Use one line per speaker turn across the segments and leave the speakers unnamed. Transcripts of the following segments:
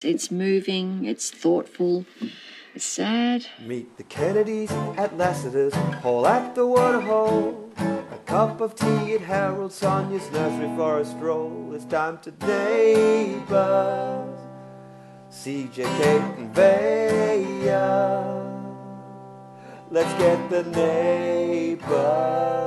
It's moving, it's thoughtful, it's sad.
Meet the Kennedys at Lassiter's, Hall at the Waterhole. A cup of tea at Harold Sonia's nursery for a stroll. It's time to neighbors. CJ, Kate, and Vaya. Let's get the neighbors.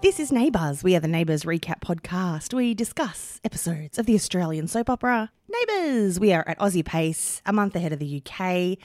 This is Neighbours. We are the Neighbours Recap Podcast. We discuss episodes of the Australian soap opera Neighbours. We are at Aussie pace, a month ahead of the UK,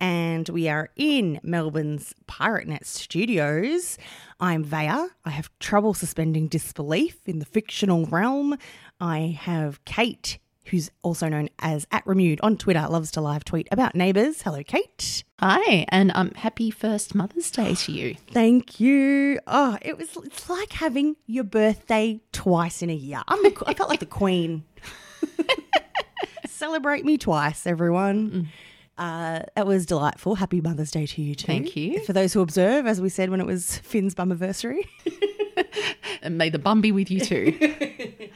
and we are in Melbourne's PirateNet studios. I'm Vaya. I have trouble suspending disbelief in the fictional realm. I have Kate, who's also known as at Remude on Twitter, loves to live tweet about Neighbours. Hello, Kate.
Hi, and um, happy first Mother's Day to you.
Thank you. Oh, it was. It's like having your birthday twice in a year. I'm. The, I felt like the queen. Celebrate me twice,
Mm.
everyone. Uh, that was delightful. Happy Mother's Day to you too.
Thank you.
For those who observe, as we said when it was Finn's bum anniversary.
And may the bum be with you too.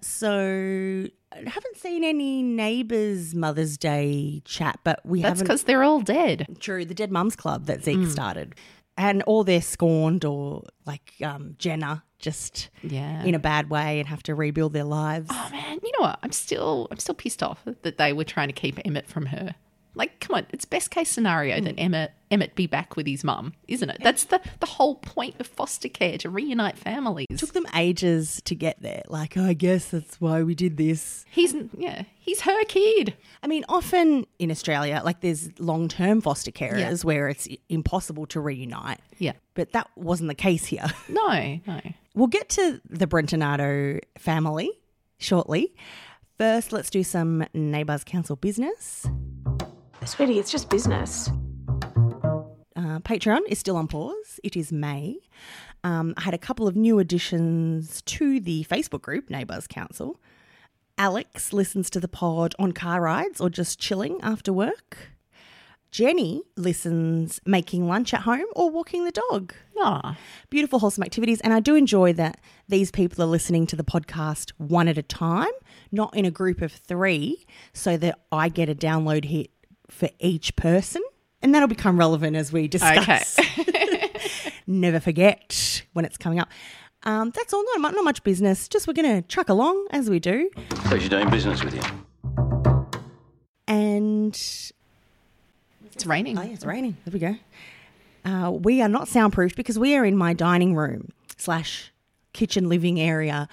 So I haven't seen any neighbours Mother's Day chat, but we
That's Mm.
haven't.
because they're all dead.
True, the Dead Mums Club that Zeke started, and all they're scorned or like um, Jenna just
Yeah.
in a bad way and have to rebuild their lives.
Oh man, you know what? I'm still I'm still pissed off that they were trying to keep Emmett from her. Like, come on, it's best case scenario that Emmett Emmett be back with his mum, isn't it? That's the the whole point of foster care to reunite families.
took them ages to get there. Like, "Oh, I guess that's why we did this.
He's yeah, he's her kid.
I mean, often in Australia, like there's long term foster carers
Yeah.
where it's i- impossible to reunite,
Yeah.
but that wasn't the case here.
No, no.
we'll get to the Brentonado family shortly. First, let's do some Neighbours Council business.
Sweetie, it's just business.
Uh, Patreon is still on pause. It is May. Um, I had a couple of new additions to the Facebook group, Neighbours Council. Alex listens to the pod on car rides or just chilling after work. Jenny listens making lunch at home or walking the dog.
Ah,
Beautiful, wholesome activities. And I do enjoy that these people are listening to the podcast one at a time, not in a group of three, so that I get a download hit for each person. And that'll become relevant as we discuss. Never forget when it's coming up. Um, that's all. Not, not much business. Just we're going to truck along as we do.
Pleasure doing business with you.
And
it's raining.
Oh, yeah, it's raining. There we go. Uh, we are not soundproofed because we are in my dining room slash kitchen living area.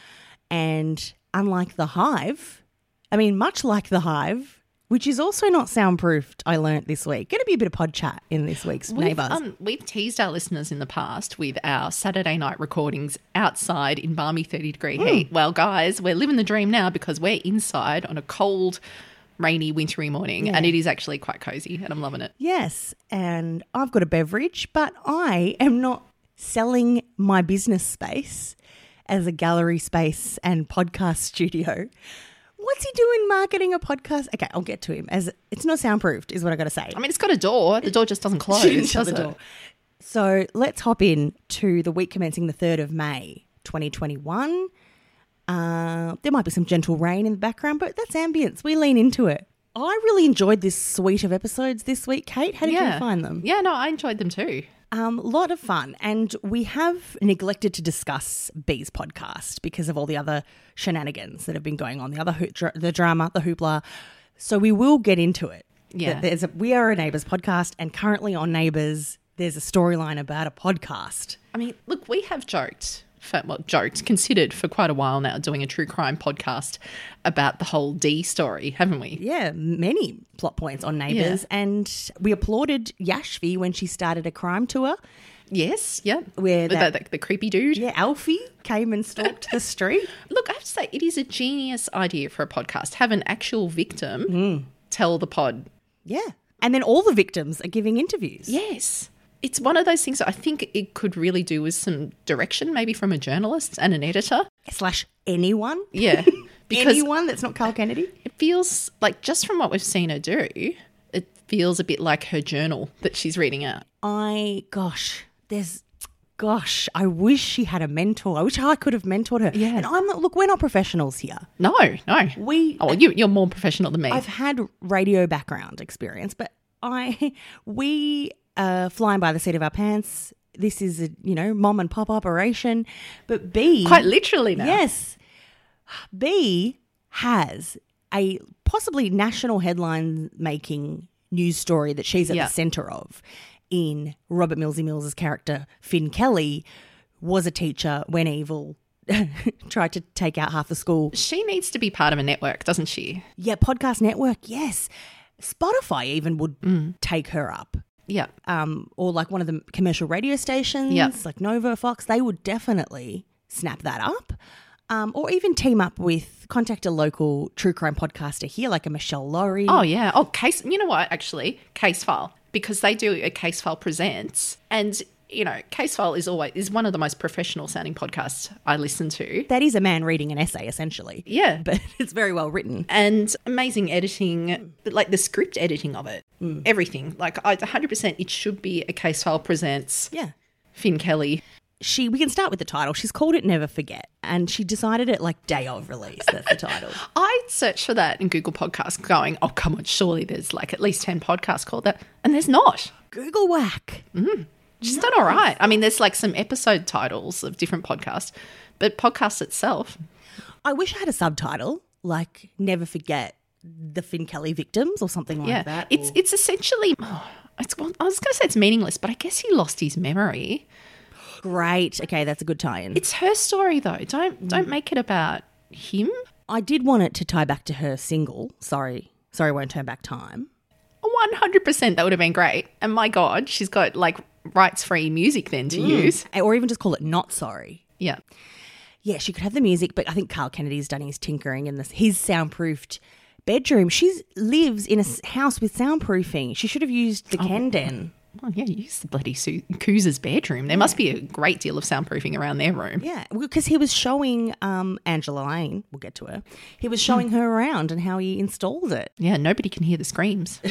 And unlike the hive, I mean, much like the hive, which is also not soundproofed, I learnt this week. Going to be a bit of pod chat in this week's
We've,
Neighbours.
Um, we've teased our listeners in the past with our Saturday night recordings outside in balmy 30 degree
Hmm.
heat. Well, guys, we're living the dream now because we're inside on a cold, rainy, wintry morning and it is actually quite cozy and I'm loving it.
Yes, and I've got a beverage, but I am not selling my business space as a gallery space and podcast studio. What's he doing marketing a podcast? Okay, I'll get to him. As it's not soundproofed, is what I got to say.
I mean, it's got a door. The door just doesn't close,
Shut
does
the
it?
door. So let's hop in to the week commencing the 3rd of May, 2021. Uh, there might be some gentle rain in the background, but that's ambience. We lean into it. I really enjoyed this suite of episodes this week, Kate. How did
yeah.
you find them?
Yeah, no, I enjoyed them too.
Um, lot of fun, and we have neglected to discuss Bee's podcast because of all the other shenanigans that have been going on, the other hoot, dra- the drama, the hoopla. So we will get into it.
Yeah.
That there's a, we are a Neighbours podcast, and currently on Neighbours, there's a storyline about a podcast.
I mean, look, we have joked, for, well, joked, considered for quite a while now doing a true crime podcast about the whole D story, haven't we?
Yeah, many plot points on Neighbours, and we applauded Yashvi when she started a crime tour.
Yes, yeah.
Where
With
that-
that, the, the creepy dude.
Yeah, Alfie came and stalked the street.
Look, I have to say, it is a genius idea for a podcast. Have an actual victim tell the pod.
Yeah, and then all the victims are giving interviews.
Yes. It's one of those things that I think it could really do with some direction, maybe from a journalist and an editor.
slash anyone.
Yeah. Because
anyone that's not Carl Kennedy.
it feels like, just from what we've seen her do, it feels a bit like her journal that she's reading out.
I gosh, there's gosh, I wish she had a mentor. I wish I could have mentored her.
Yeah.
And I'm not, look, we're not professionals here.
No, no.
We-
Oh, well, you, you're more professional than me.
I've had radio background experience, but I we are flying by the seat of our pants. This is a you know mom and pop operation, but B
Quite literally now.
yes, B has a possibly national headline making news story that she's at
Yeah.
the center of in Robert Millsy Mills's character Finn Kelly was a teacher when evil tried to take out half the school
She needs to be part of a network, doesn't she?
yeah, podcast network, yes. Spotify even would take her up.
Yeah.
Um, or like one of the commercial radio stations,
Yep.
like Nova, Fox, they would definitely snap that up. Um, or even team up with, contact a local true crime podcaster here, like a Michelle Laurie.
Oh yeah. Oh, case. You know what? Actually, case file because they do a case file presents, and you know, case file is always is one of the most professional sounding podcasts I listen to.
That is a man reading an essay, essentially.
Yeah,
But it's very well written.
and amazing editing, like the script editing of it, everything. Like I, 100%, it should be a case file presents
Yeah.
Finn Kelly.
She, we can start with the title. She's called it Never Forget, and she decided it like day of release. That's the title.
I searched for that in Google Podcasts, going, oh come on, surely there's like at least ten podcasts called that, and there's not.
Google whack.
She's done all right. I mean, there's like some episode titles of different podcasts, but podcast itself,
I wish I had a subtitle like "Never Forget the Finn Kelly Victims" or something like
yeah,
that.
it's
or-
it's essentially. It's, well, I was going to say it's meaningless, but I guess he lost his memory.
great. Okay, that's a good tie-in.
It's her story, though. Don't don't
Mm.
make it about him.
I did want it to tie back to her single. Sorry, sorry, won't turn back time.
One hundred percent, that would have been great. And my God, she's got like rights-free music then to
Mm.
use.
Or even just call it "Not Sorry."
Yeah,
Yeah, she could have the music, but I think Carl Kennedy's done his tinkering in this his soundproofed bedroom. She lives in a s- house with soundproofing. She should have used the Ken den.
well, yeah, use the bloody Su- Kooza's bedroom. There must be a great deal of soundproofing around their room.
Yeah, because he was showing um, Angela Lane. We'll get to her. He was showing her around and how he installed it.
Yeah, nobody can hear the screams.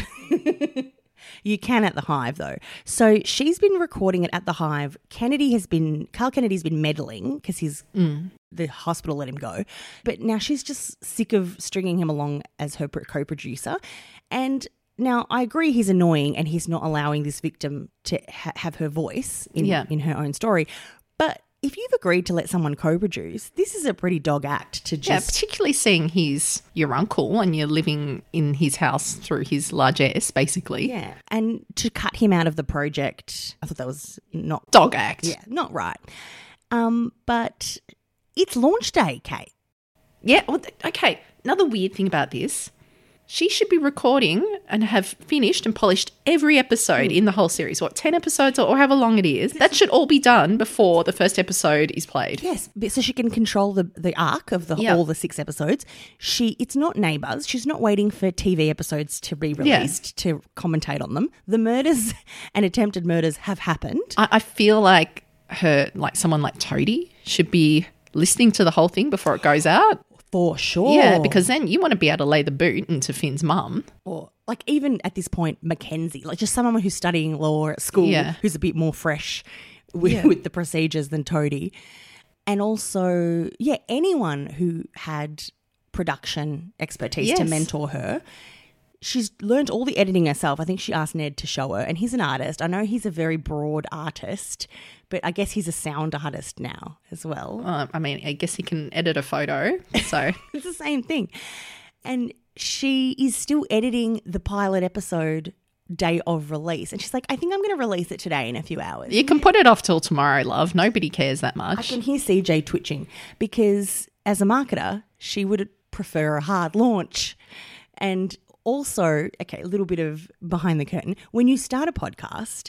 You can at the Hive though. So she's been recording it at the Hive. Kennedy has been Carl Kennedy's been meddling because he's
Mm.
the hospital let him go, but now she's just sick of stringing him along as her pro- co-producer. And now I agree he's annoying and he's not allowing this victim to ha- have her voice in
Yeah.
in her own story, but. If you've agreed to let someone co-produce, this is a pretty dog act to
Yeah,
just
particularly seeing he's your uncle and you're living in his house through his largesse, basically.
yeah, and to cut him out of the project. I thought that was not
Dog act.
Yeah, not right. Um, but it's launch day, Kate.
Yeah. Well, th- okay. Another weird thing about this, she should be recording and have finished and polished every episode in the whole series, what ten episodes or, or however long it is. That should all be done before the first episode is played.
Yes, but so she can control the, the arc of the
Yeah.
all the six episodes. She it's not neighbours. She's not waiting for TV episodes to be released to commentate on them. The murders and attempted murders have happened.
I, I feel like her, like someone like Toadie, should be listening to the whole thing before it goes out.
For sure.
Yeah, because then you want to be able to lay the boot into Finn's mum.
or like even at this point, Mackenzie, like just someone who's studying law at school,
Yeah.
who's a bit more fresh with, with the procedures than Toadie, and also yeah, anyone who had production expertise to
Yes.
mentor her. She's learned all the editing herself. I think she asked Ned to show her, and he's an artist. I know he's a very broad artist, but I guess he's a sound artist now as well.
Uh, I mean, I guess he can edit a photo. So
It's the same thing. And she is still editing the pilot episode day of release. And she's like, I think I'm going to release it today in a few hours.
you can put it off till tomorrow, love. Nobody cares that
I
much.
can hear CJ twitching because as a marketer, she would prefer a hard launch. And also, okay, a little bit of behind the curtain. When you start a podcast,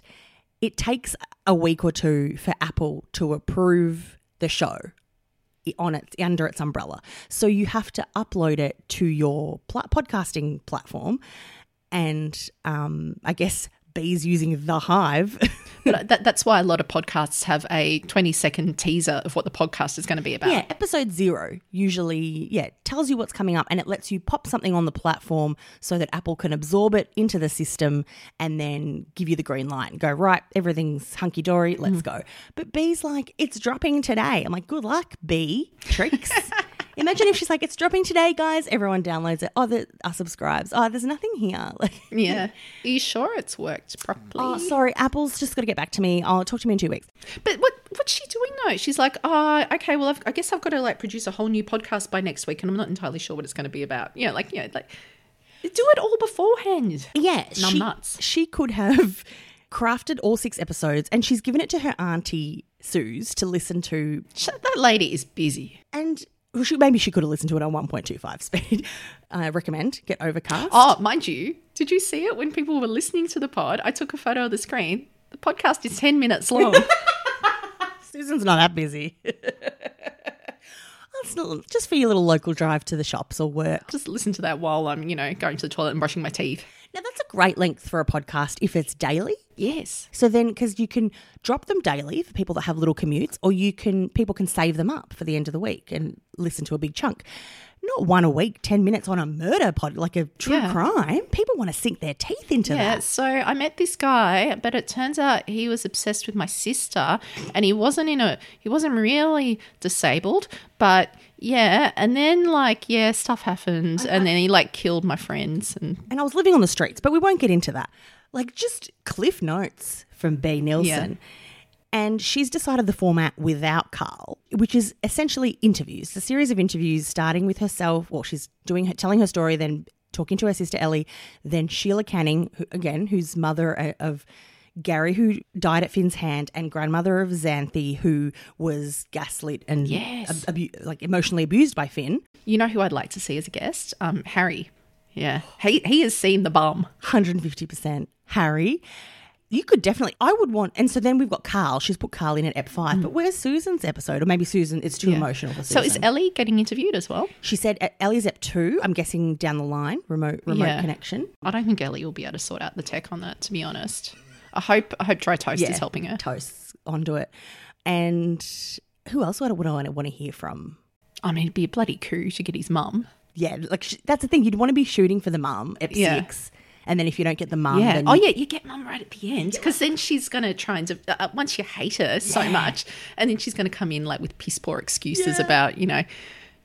it takes a week or two for Apple to approve the show on its under its umbrella. So you have to upload it to your pla- podcasting platform, and um, I guess bees using the hive.
But uh, that, that's why a lot of podcasts have a 20 second teaser of what the podcast is going to be about.
yeah, episode zero usually, yeah, tells you what's coming up and it lets you pop something on the platform so that Apple can absorb it into the system and then give you the green light and go, right, everything's hunky dory, let's go. But Bee's like, it's dropping today. I'm like, good luck, Bee. Tricks. Imagine if she's like, it's dropping today, guys. Everyone downloads it. Oh, the, uh, subscribes. Oh, there's nothing here. Like,
Yeah. Are you sure it's worked properly?
oh, sorry, Apple's just got to get back to me. I'll talk to me in two weeks.
But what what's she doing though? She's like, oh, okay, well, I've, I guess I've got to like produce a whole new podcast by next week, and I'm not entirely sure what it's going to be about. You know, like, you know, like do it all beforehand.
Yeah,
Numb
she,
nuts.
she could have crafted all six episodes and she's given it to her auntie Suze to listen to.
Sh- That lady is busy.
And well, she, maybe she could have listened to it on 1.25 speed. I recommend get overcast.
Oh, mind you, did you see it when people were listening to the pod? I took a photo of the screen. The podcast is ten minutes long.
Susan's not that busy. That's not- just for your little local drive to the shops or work.
Just listen to that while I'm, you know, going to the toilet and brushing my teeth.
Now, that's a great length for a podcast if it's daily.
Yes.
So then, because you can drop them daily for people that have little commutes, or you can people can save them up for the end of the week and listen to a big chunk. Not one a week, ten minutes on a murder pod, like a true
Yeah.
crime. People want to sink their teeth into
Yeah,
that.
Uh, so I met this guy, but it turns out he was obsessed with my sister and he wasn't in a he wasn't really disabled, but yeah, and then like yeah, stuff happened and then he like killed my friends and
And I was living on the streets, but we won't get into that. Like just cliff notes from B. Nielsen. And she's decided the format without Carl, which is essentially interviews, a series of interviews starting with herself. Well, she's doing her, telling her story, then talking to her sister Ellie, then Sheila Canning, who, again, who's mother o- of Gary, who died at Finn's hand, and grandmother of Xanthi, who was gaslit and
Yes.
ab- abu- like emotionally abused by Finn.
you know who I'd like to see as a guest? Um Harry. Yeah. He he has seen the bum.
150% Harry. You could definitely, I would want, and so then we've got Carl. She's put Carl in at Ep 5, but where's Susan's episode? Or maybe Susan, it's too emotional for
Mm. So
Susan.
is Ellie getting interviewed as well?
she said uh, Ellie's Ep 2, I'm guessing down the line, remote remote
Yeah.
connection.
I don't think Ellie will be able to sort out the tech on that, to be honest. I hope I hope Dry Toast is helping her.
Toasts onto it. And who else would I, would I want to hear from?
I mean it'd be a bloody coup to get his mum.
Yeah, like sh- that's the thing. You'd want to be shooting for the mum, Ep
Yeah.
6. And then if you don't get the mum,
Yeah.
Um, then
Oh,
you-
yeah. You get mum right at the end because then she's going to try and, de- uh, uh, once you hate her so much, and then she's going to come in like with piss poor excuses about, you know,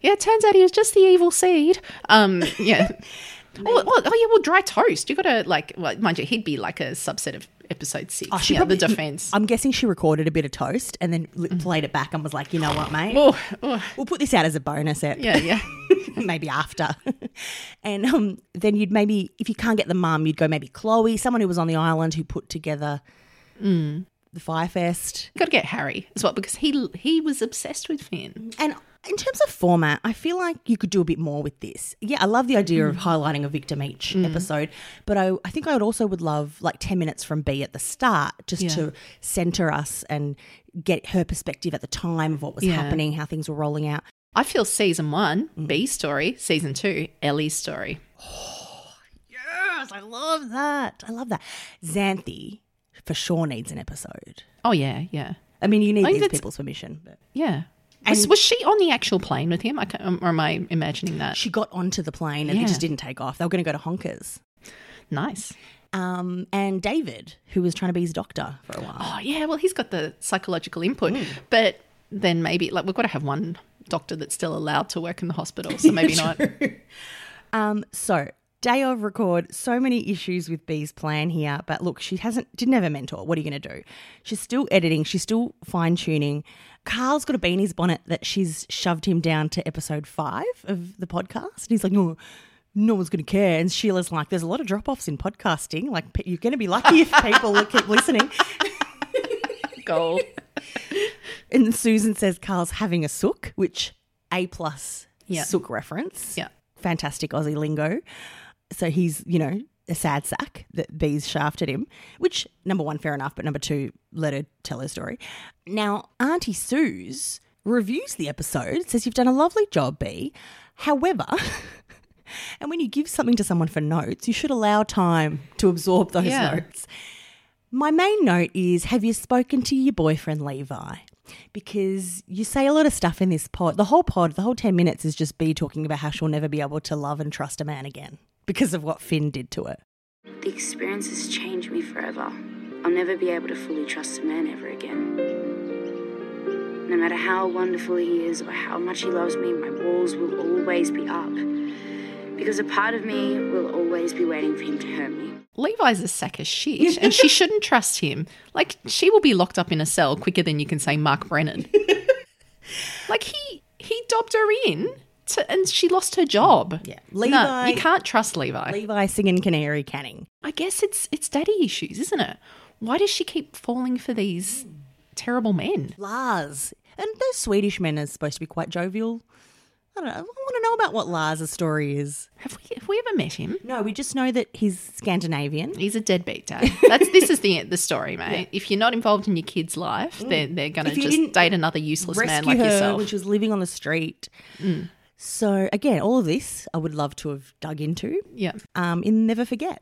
yeah, it turns out he was just the evil seed. Um, yeah. oh, oh, oh, yeah. Well, dry toast. You got to like, well, mind you, he'd be like a subset of episode six.
Oh,
yeah, the defense. Mm.
I'm guessing she recorded a bit of toast and then li- played it back and was like, you know what, mate?
oh, oh,
We'll put this out as a bonus ep.
yeah, yeah.
maybe after. and um, then you'd maybe, if you can't get the mum, you'd go maybe Chloe, someone who was on the island who put together
Mm.
the Firefest.
Got to get Harry as well because he he was obsessed with Finn.
And in terms of format, I feel like you could do a bit more with this. Yeah, I love the idea
Mm.
of highlighting a victim each episode, but I, I think I would also would love like 10 minutes from B at the start just
Yeah.
to center us and get her perspective at the time of what was
Yeah.
happening, how things were rolling out.
I feel season one,
Mm.
B's story, season two, Ellie's story.
Yes, I love that. I love that. Xanthi for sure needs an episode.
Oh, yeah, yeah.
I mean, you need
I think
these
that's-
people's permission. But
Yeah. was,
And-
was she on the actual plane with him? I can't, um, or am I imagining that?
she got onto the plane and
Uh, Yeah.
it just didn't take off. They were going to go to Honkers.
nice.
Um, and David, who was trying to be his doctor for a while.
Oh, yeah. Well, he's got the psychological input,
Mm.
but then maybe like we've got to have one doctor that's still allowed to work in the hospital. So maybe not.
Um, so day of record, so many issues with Bee's plan here. But look, she hasn't didn't have a mentor. What are you going to do? She's still editing. She's still fine tuning. Carl's got a beanie's bonnet that she's shoved him down to episode five of the podcast, and he's like, no. No one's going to care. And Sheila's like, there's a lot of drop offs in podcasting. Like, pe- you're going to be lucky if people keep listening.
Gold.
And Susan says Carl's having a sook, which A plus
Yeah.
sook reference.
Yeah.
Fantastic Aussie lingo. So he's, you know, a sad sack that bees shafted him, which number one, fair enough, but number two, let her tell her story. Now, Auntie Suze reviews the episode, says you've done a lovely job, Bee. However, and when you give something to someone for notes, you should allow time to absorb those
Yeah.
notes. My main note is have you spoken to your boyfriend Levi? Because you say a lot of stuff in this pod. The whole pod, the whole 10 minutes is just B talking about how she'll never be able to love and trust a man again because of what Finn did to her.
The experience has changed me forever. I'll never be able to fully trust a man ever again. No matter how wonderful he is or how much he loves me, my walls will always be up. Because a part of me will always be waiting for him to hurt me.
Levi's a sack of shit and she shouldn't trust him. Like, she will be locked up in a cell quicker than you can say Mark Brennan. like, he he dobbed her in to, and she lost her job.
Yeah.
No,
Levi-
you can't trust Levi.
Levi singing Canary Canning.
I guess it's it's daddy issues, isn't it? Why does she keep falling for these terrible men?
Lars. And those Swedish men are supposed to be quite jovial. I don't know. I want to know about what Lars's story is.
Have we have we ever met him?
No, we just know that he's Scandinavian.
He's a deadbeat dad. That's this is the the story, mate. If you're not involved in your kid's life, then they're gonna
Mm. If you
just
didn't
date another useless man like
her
yourself. Mm.
when she was living on the street. So again, all of this I would love to have dug into
yeah.
um, in Never Forget,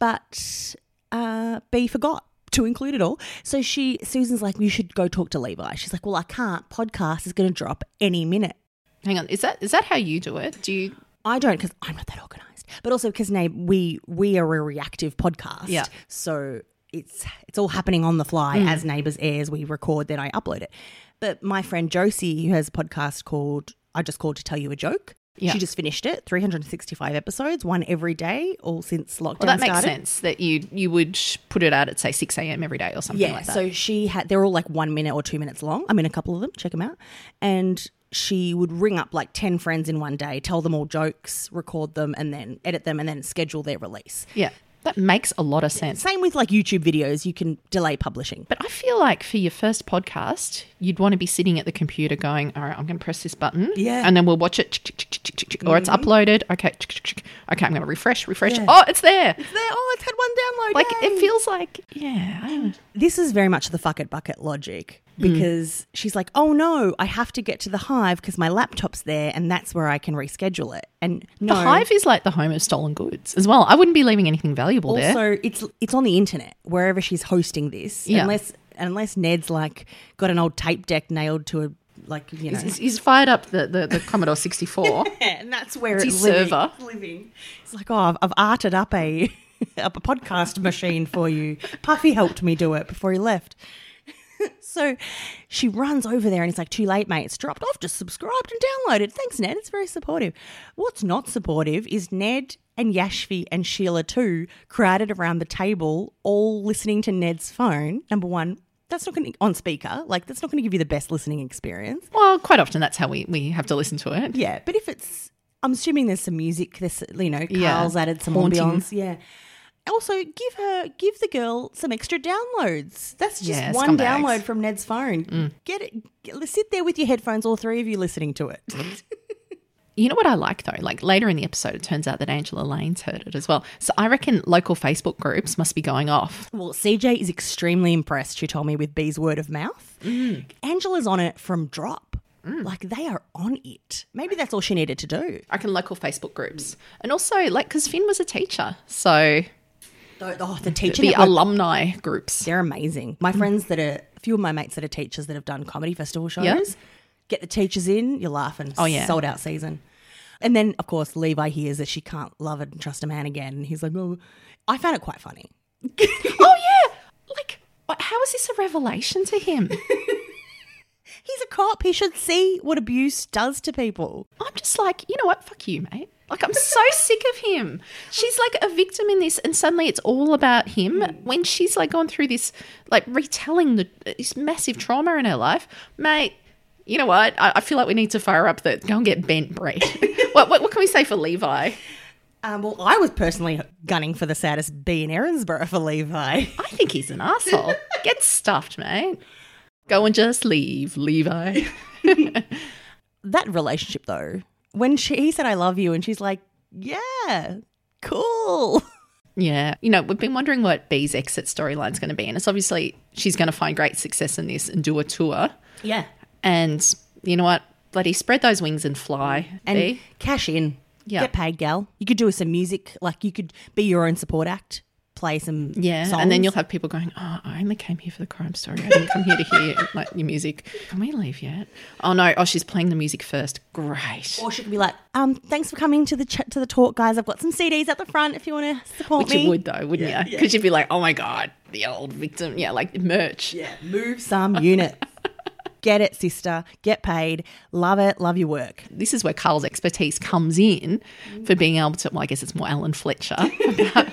but uh, B forgot to include it all. So she, Susan's like, you should go talk to Levi. She's like, well, I can't. Podcast is going to drop any minute.
Hang on. Is that is that how you do it? Do you
I don't because I'm not that organised, but also because Nabe, we we are a reactive podcast.
Yeah. Mm.
So it's it's all happening on the fly as Neighbours airs. We record, then I upload it. But my friend Josie, who has a podcast called "I Just Called to Tell You a Joke,"
Yeah.
she just finished it. 365 episodes, one every day, all since lockdown
well that makes
started.
sense that you you would put it out at say six AM every day or something
Yeah.
like that.
So she had, they're all like one minute or two minutes long. I mean, a couple of them, check them out. And she would ring up like 10 friends in one day, tell them all jokes, record them, and then edit them, and then schedule their release.
yeah. That makes a lot of sense.
Same with like YouTube videos, you can delay publishing.
But I feel like for your first podcast, you'd want to be sitting at the computer going, all right, I'm going to press this button.
Yeah. Mm-hmm.
And then we'll watch it. chick, chick, chick, chick, chick, chick, Or it's uploaded. Okay. chick, chick, chick. Okay. I'm going to refresh, refresh. Oh, it's there.
There, oh, it's had one download.
Like
yay.
it feels like, yeah. I don't-
this is very much the fuck it bucket logic
Hmm.
because she's like, oh no, I have to get to the hive because my laptop's there and that's where I can reschedule it. And no,
The hive is like the home of stolen goods as well. I wouldn't be leaving anything valuable
also
there.
it's it's on the internet wherever she's hosting this.
Yeah.
Unless unless Ned's like got an old tape deck nailed to a like you know.
He's, he's fired up the, the, the Commodore 64.
and that's where
It's his
living-
server.
living. It's like, oh, I've, I've arted up a up a podcast machine for you. Puffy helped me do it before he left. so she runs over there and it's like, too late, mate. It's dropped off. Just subscribed and downloaded. Thanks, Ned. It's very supportive. What's not supportive is Ned and Yashvi and Sheila too crowded around the table, all listening to Ned's phone. Number one. That's not going to on speaker. Like that's not going to give you the best listening experience.
well, quite often that's how we, we have to listen to it.
Yeah, but if it's, I'm assuming there's some music. There's, you know,
Yeah.
Carl's added some
Haunting.
ambience. Yeah. Also, give her, give the girl some extra downloads. That's just
Yeah,
one
scumbags. Mm.
download from Ned's phone. Get it. Get, sit there with your headphones, all three of you listening to it.
You know what I like though? Like later in the episode, it turns out that Angela Lane's heard it as well. So I reckon local Facebook groups must be going off.
well, CJ is extremely impressed. She told me with B's word of mouth.
Mm.
Angela's on it from drop. Like they are on it. Maybe that's all she needed to do.
I can local Facebook groups. And also, like, because Finn was a teacher. So
The, oh, the teacher
the
network
alumni groups.
They're amazing. My
Mm.
friends that are a few of my mates that are teachers that have done comedy festival shows.
Yeah.
Get the teachers in, you're laughing.
Oh, yeah.
sold out season. And then of course Levi hears that she can't love and trust a man again. And he's like, oh, I found it quite funny.
Oh, yeah. Like, what- how is this a revelation to him?
He's a cop. He should see what abuse does to people.
I'm just like, you know what? Fuck you, mate. Like, I'm so sick of him. She's like a victim in this, and suddenly it's all about him. When she's like gone through this, like, retelling the, this massive trauma in her life, mate. You know what? I, I feel like we need to fire up the go and get bent Brett. what, what what can we say for Levi?
Um, well, I was personally gunning for the saddest B in Erinsborough for Levi.
I think he's an asshole. Get stuffed, mate. Go and just leave, Levi.
that relationship though, when she he said I love you and she's like, yeah, cool.
Yeah. You know, we've been wondering what Bee's exit storyline's going to be. And it's obviously she's going to find great success in this and do a tour.
Yeah.
And you know what? Bloody spread those wings and fly. Eh?
and
Bea.
cash in.
Yeah.
Get paid, gal. You could do us some music. Like you could be your own support act. play some
Yeah,
songs.
and then you'll have people going, "Oh, I only came here for the crime story. I didn't come here to hear like your music. Can we leave yet? Oh no! Oh, she's playing the music first. Great.
Or she could be like, um, thanks for coming to the ch- to the talk, guys. I've got some CDs at the front if you want to support
Which
me.
you would though, wouldn't you? Because you'd be like, "Oh my god, the old victim." Yeah, like merch. Yeah.
Move some units. Get it, sister. Get paid. Love it. Love your work.
This is where Carl's expertise comes in for being able to. Well, I guess it's more Alan Fletcher. about,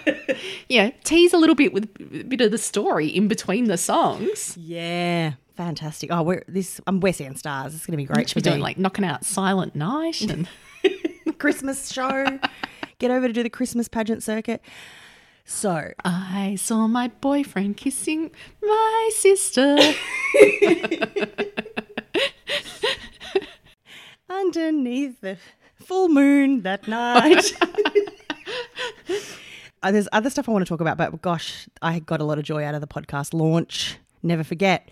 you know, tease a little bit with a bit of the story in between the songs.
Yeah, fantastic. Oh, we're this. Um, we're seeing stars. It's going to be great.
She's
for
doing
me.
like knocking out Silent Night and.
Christmas show. Get over to do the Christmas pageant circuit. So
I saw my boyfriend kissing my sister.
underneath the full moon that night. Uh, There's other stuff I want to talk about, but gosh, I got a lot of joy out of the podcast launch. Never forget.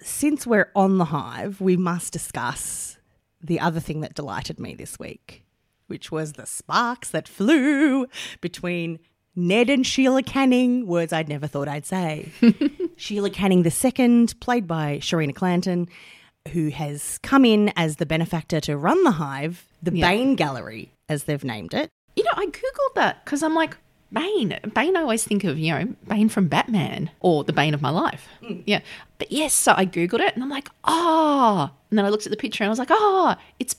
Since we're on the hive, we must discuss the other thing that delighted me this week, which was the sparks that flew between Ned and Sheila Canning, words I'd never thought I'd say. Sheila Canning II, played by Sharina Clanton, who has come in as the benefactor to run the hive, the Bain Gallery, as they've named it.
You know, I googled that because I'm like, Bane. Bane, I always think of, you know, Bane from Batman or the Bane of my life.
Mm.
Yeah. But yes, so I googled it and I'm like, ah. And then I looked at the picture and I was like, ah, it's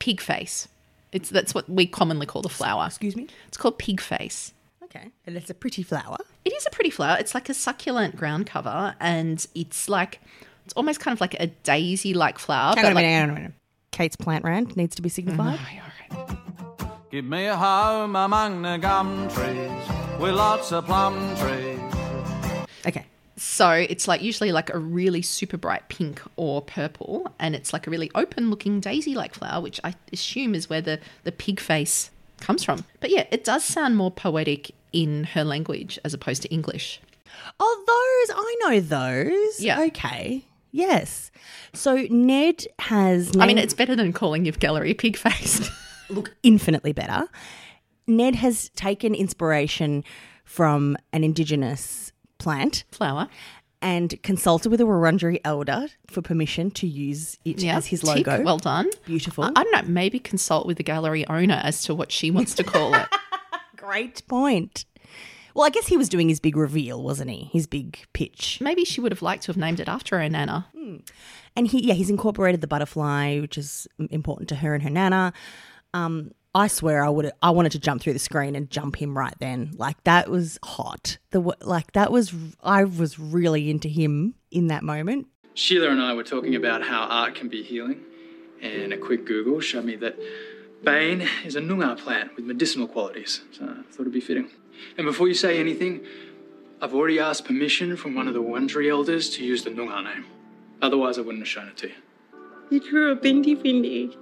pig face. It's that's what we commonly call the flower.
Excuse me?
It's called pig face.
Okay. And it's a pretty flower.
It is a pretty flower. It's like a succulent ground cover and it's like it's almost kind of like a daisy like flower.
Hang on a
but like- Oh,
minute, hang on a minute. Kate's plant rant needs to be signified.
Give me a home among the gum trees with lots of plum trees.
Okay.
So it's like usually like a really super bright pink or purple, and it's like a really open looking daisy like flower, which I assume is where the, the pig face comes from. But yeah, it does sound more poetic in her language as opposed to English.
Oh, those. I know those.
Yeah.
Okay. Yes. So Ned has.
I mean,
named-
it's better than calling your gallery pig faced.
look infinitely better. Ned has taken inspiration from an indigenous plant
flower.
and consulted with a Wurundjeri elder for permission to use it
Yeah,
as his
tick,
logo.
well done.
Beautiful.
I, I don't know, maybe consult with the gallery owner as to what she wants to call it.
Great point. Well, I guess he was doing his big reveal, wasn't he? His big pitch.
Maybe she would have liked to have named it after her nana.
And he, yeah, he's incorporated the butterfly, which is important to her and her nana. Um, I swear, I would. I wanted to jump through the screen and jump him right then. Like that was hot. The w- like that was. I was really into him in that moment.
Sheila and I were talking about how art can be healing, and a quick Google showed me that bane is a noongar plant with medicinal qualities, so I thought it'd be fitting. And before you say anything, I've already asked permission from one of the Wurundjeri elders to use the noongar name. Otherwise, I wouldn't have shown it to you.
You drew a bindi bindi.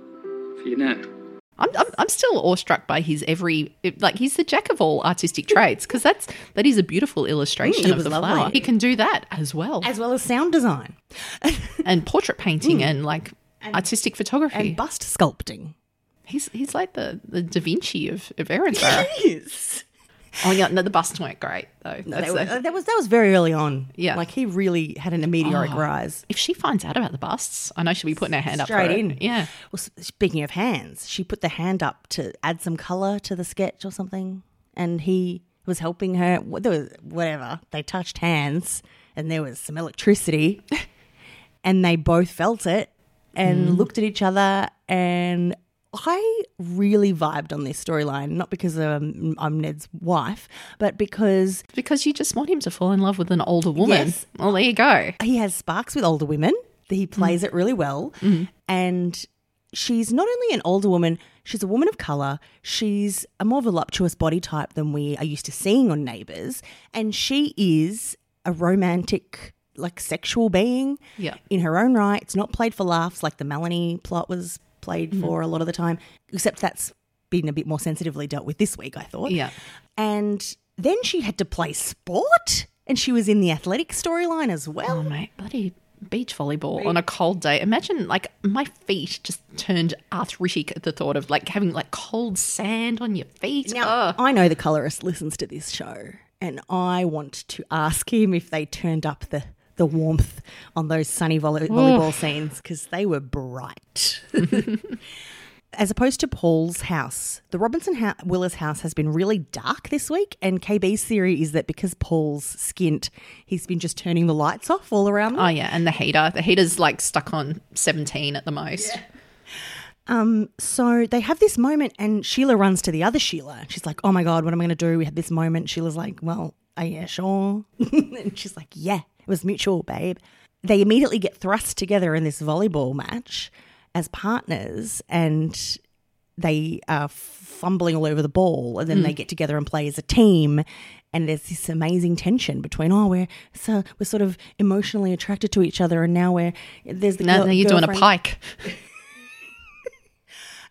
For your nan.
I'm, I'm, I'm still awestruck by his every like he's the jack of all artistic traits because that's that is a beautiful illustration
Mm, it
of
was
the
lovely.
flower. He can do that as well,
as well as sound design
and portrait painting and like artistic photography.
Mm. and bust sculpting.
he's he's like the, the Da Vinci of of Erinsborough.
Yes.
oh yeah, no, the busts weren't great though. That's the-
that was that was very early on.
Yeah. Oh.
like he really had an meteoric rise.
if she finds out about the busts, I know she'll be putting her hand up
Straight
for it.
in.
Yeah,
Well, s- speaking of hands, she put the hand up to add some color to the sketch or something, and he was helping her. Wh- There was whatever they touched hands, and there was some electricity, and they both felt it
Mm.
and looked at each other. And I really vibed on this storyline, not because um, I'm Ned's wife, but because
because you just want him to fall in love with an older woman. Well, there you go.
he has sparks with older women. that He plays it really well. And she's not only an older woman, she's a woman of colour. She's a more voluptuous body type than we are used to seeing on Neighbours. And she is a romantic, like sexual being
Yeah.
in her own right. It's not played for laughs like the Melanie plot was played
Mm-hmm.
for a lot of the time, except that's been a bit more sensitively dealt with this week, I thought.
Yeah.
And then she had to play sport. And she was in the athletic storyline as well.
Oh mate, bloody beach volleyball on a cold day. Imagine like my feet just turned arthritic at the thought of like having like cold sand on your feet.
Now,
Ugh.
I know the colorist listens to this show and I want to ask him if they turned up the, the warmth on those sunny volley- volleyball scenes because they were bright. As opposed to Paul's house, the Robinson ha- Willis house has been really dark this week, and KB's theory is that because Paul's skint, he's been just turning the lights off all around them.
Oh yeah, and the heater. The heater's like stuck on seventeen at the most.
So they have this moment, and Sheila runs to the other Sheila. She's like, Oh my God, what am I going to do? We had this moment. Sheila's like, Well, are you sure? and she's like, Yeah, it was mutual, babe. They immediately get thrust together in this volleyball match as partners, and they are fumbling all over the ball and then
Hmm.
they get together and play as a team and there's this amazing tension between oh we're so we're sort of emotionally attracted to each other and now we're there's the
Now,
girl-
now you're doing a
girlfriend-
pike.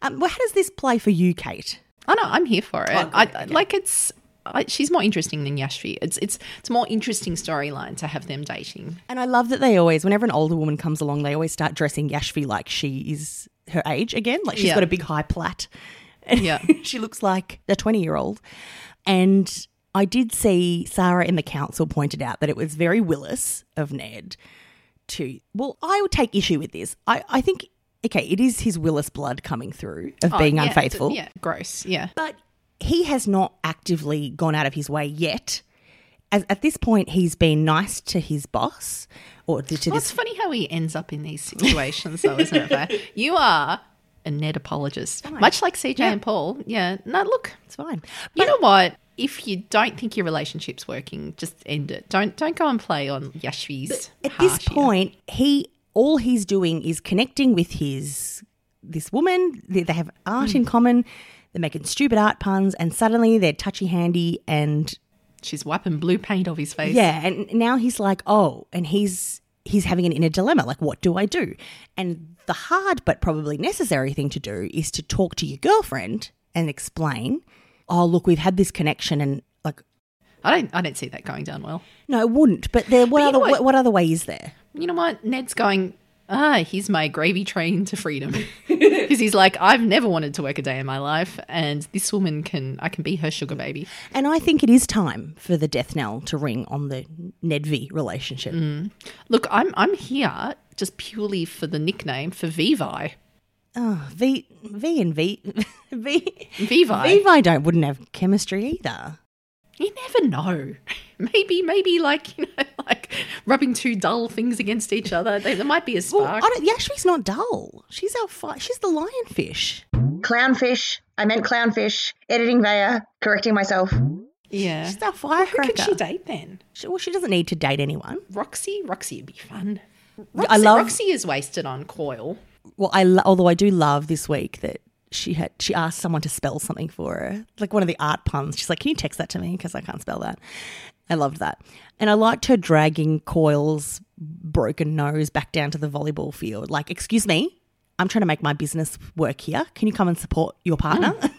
um, well how does this play for you kate
Oh no, I'm here for it. I, I- like it's. I, she's more interesting than Yashvi. It's it's it's a more interesting storyline to have them dating.
And I love that they always, whenever an older woman comes along, they always start dressing Yashvi like she is her age again. Like she's
Yeah.
got a big high plait.
Yeah.
she looks like a 20 year old. And I did see Sarah in the council pointed out that it was very Willis of Ned to, well, I would take issue with this. I, I think, okay, it is his Willis blood coming through of
Oh,
being
yeah, it's-
unfaithful.
Yeah, gross. Yeah.
But he has not actively gone out of his way yet. As, at this point, he's been nice to his boss or to, to
Well,
this
it's funny how he ends up in these situations, though, isn't it? Faye? You are a net apologist, much like CJ and Paul. Yeah. No, look,
It's fine.
you know what? If you don't think your relationship's working, just end it. Don't don't go and play on Yashvi's.
At
heart
this
here.
point, he all he's doing is connecting with his this woman. They, they have art in common. They're making stupid art puns, and suddenly they're touchy handy. And
she's wiping blue paint off his face.
yeah, and now he's like, oh, and he's he's having an inner dilemma. Like, what do I do? And the hard but probably necessary thing to do is to talk to your girlfriend and explain. Oh, look, we've had this connection, and like,
I don't I don't see that going down well.
no, it wouldn't. But there, what
you
other
know
what?
what-
what other way is there?
You know what? Ned's going. Ah, here's my gravy train to freedom. Because he's like, I've never wanted to work a day in my life, and this woman can, I can be her sugar baby.
And I think it is time for the death knell to ring on the Ned V relationship.
Look, I'm I'm here just purely for the nickname for Vivi.
Oh, v V and V V
Vivi.
Levi don't wouldn't have chemistry either.
You never know. Maybe maybe like you know like rubbing two dull things against each other. There, there might be a
Well,
spark.
I don't, Yashvi's not dull. She's our fi- she's the lionfish.
Clownfish. I meant clownfish. Editing Vaya, correcting myself.
yeah.
She's our
Who
firecracker.
could she date then?
She- well, she doesn't need to date anyone.
Roxy? Roxy would be fun.
I
Roxy-
love.
Roxy is wasted on Coil.
Well, I lo- although I do love this week that she had she asked someone to spell something for her, like one of the art puns. She's like, "Can you text that to me because I can't spell that." I loved that, and I liked her dragging Coil's broken nose back down to the volleyball field. Like, excuse me, I'm trying to make my business work here. Can you come and support your partner,
Mm.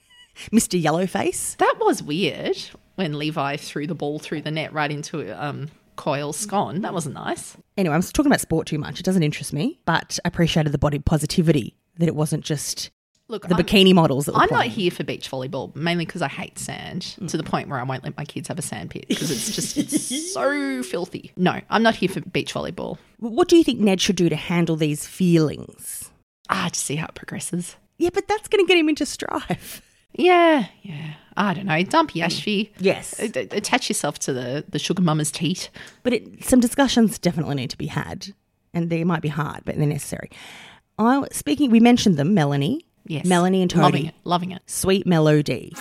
Mister Yellowface?
That was weird when Levi threw the ball through the net right into um Coil's scone. That wasn't nice.
Anyway, I'm talking about sport too much. It doesn't interest me, but I appreciated the body positivity that it wasn't just
Look,
the
I'm-
bikini models that were
I'm not
playing.
here for beach volleyball mainly because I hate sand to the point where I won't let my kids have a sand pit because it's just it's so filthy. No, I'm not here for beach volleyball.
What do you think Ned should do to handle these feelings?
Ah, to see how it progresses.
Yeah, but that's going to get him into strife.
Yeah, yeah. I don't know. Dump
Mm.
Yashvi.
Yes.
A- a- Attach yourself to the, the sugar mama's teat.
But it, some discussions definitely need to be had, and they might be hard, but they're necessary. I, speaking, we mentioned them, Melanie.
Yes.
Melanie and Tony.
Loving it. Loving it.
Sweet Melody.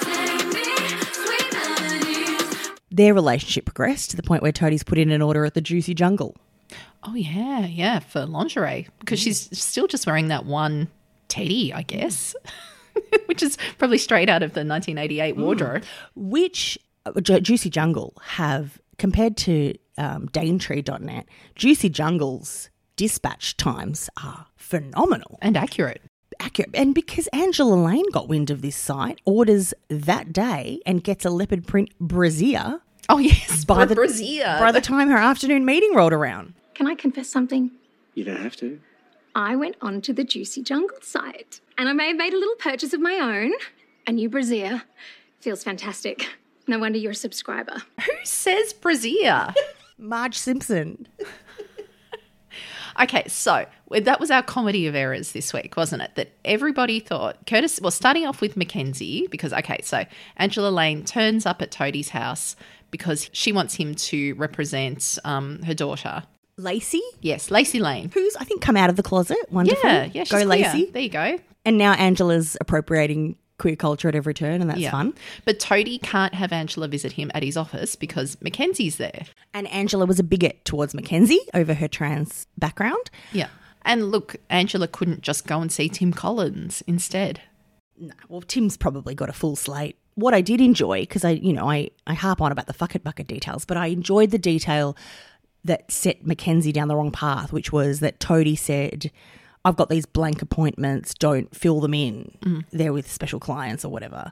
Their relationship progressed to the point where Toadie's put in an order at the Juicy Jungle.
Oh, yeah, yeah, for lingerie because
Mm.
she's still just wearing that one teddy, I guess, which is probably straight out of the 1988
Mm.
wardrobe.
which uh, Ju- Juicy Jungle have compared to um, Daintree.net, Juicy Jungle's dispatch times are phenomenal,
And accurate.
accurate. And because Angela Lane got wind of this site, orders that day and gets a leopard print brassiere
Oh, yes.
By
By
the-
the brassiere.
by the time her afternoon meeting rolled around.
Can I confess something?
You don't have to.
I went onto the Juicy Jungle site and I may have made a little purchase of my own. A new brassiere. Feels fantastic. No wonder you're a subscriber.
Who says brazier?
Marge Simpson.
Okay, so that was our comedy of errors this week, wasn't it? That everybody thought Curtis. Well, starting off with Mackenzie, because okay, so Angela Lane turns up at Toadie's house because she wants him to represent um, her daughter.
Lacey,
Yes, Lacey Lane.
who's I think come out of the closet. Wonderful.
Yeah, yeah, she's
Go
queer.
Lacey.
There you go.
And now Angela's appropriating queer culture at every turn, and that's
Yeah.
fun.
But Toadie can't have Angela visit him at his office because Mackenzie's there.
And Angela was a bigot towards Mackenzie over her trans background.
Yeah. And look, Angela couldn't just go and see Tim Collins instead.
No, well, Tim's probably got a full slate. What I did enjoy, because I, you know, I, I harp on about the fuck it bucket details, but I enjoyed the detail that set Mackenzie down the wrong path, which was that Toadie said, I've got these blank appointments, don't fill them in. They're with special clients or whatever.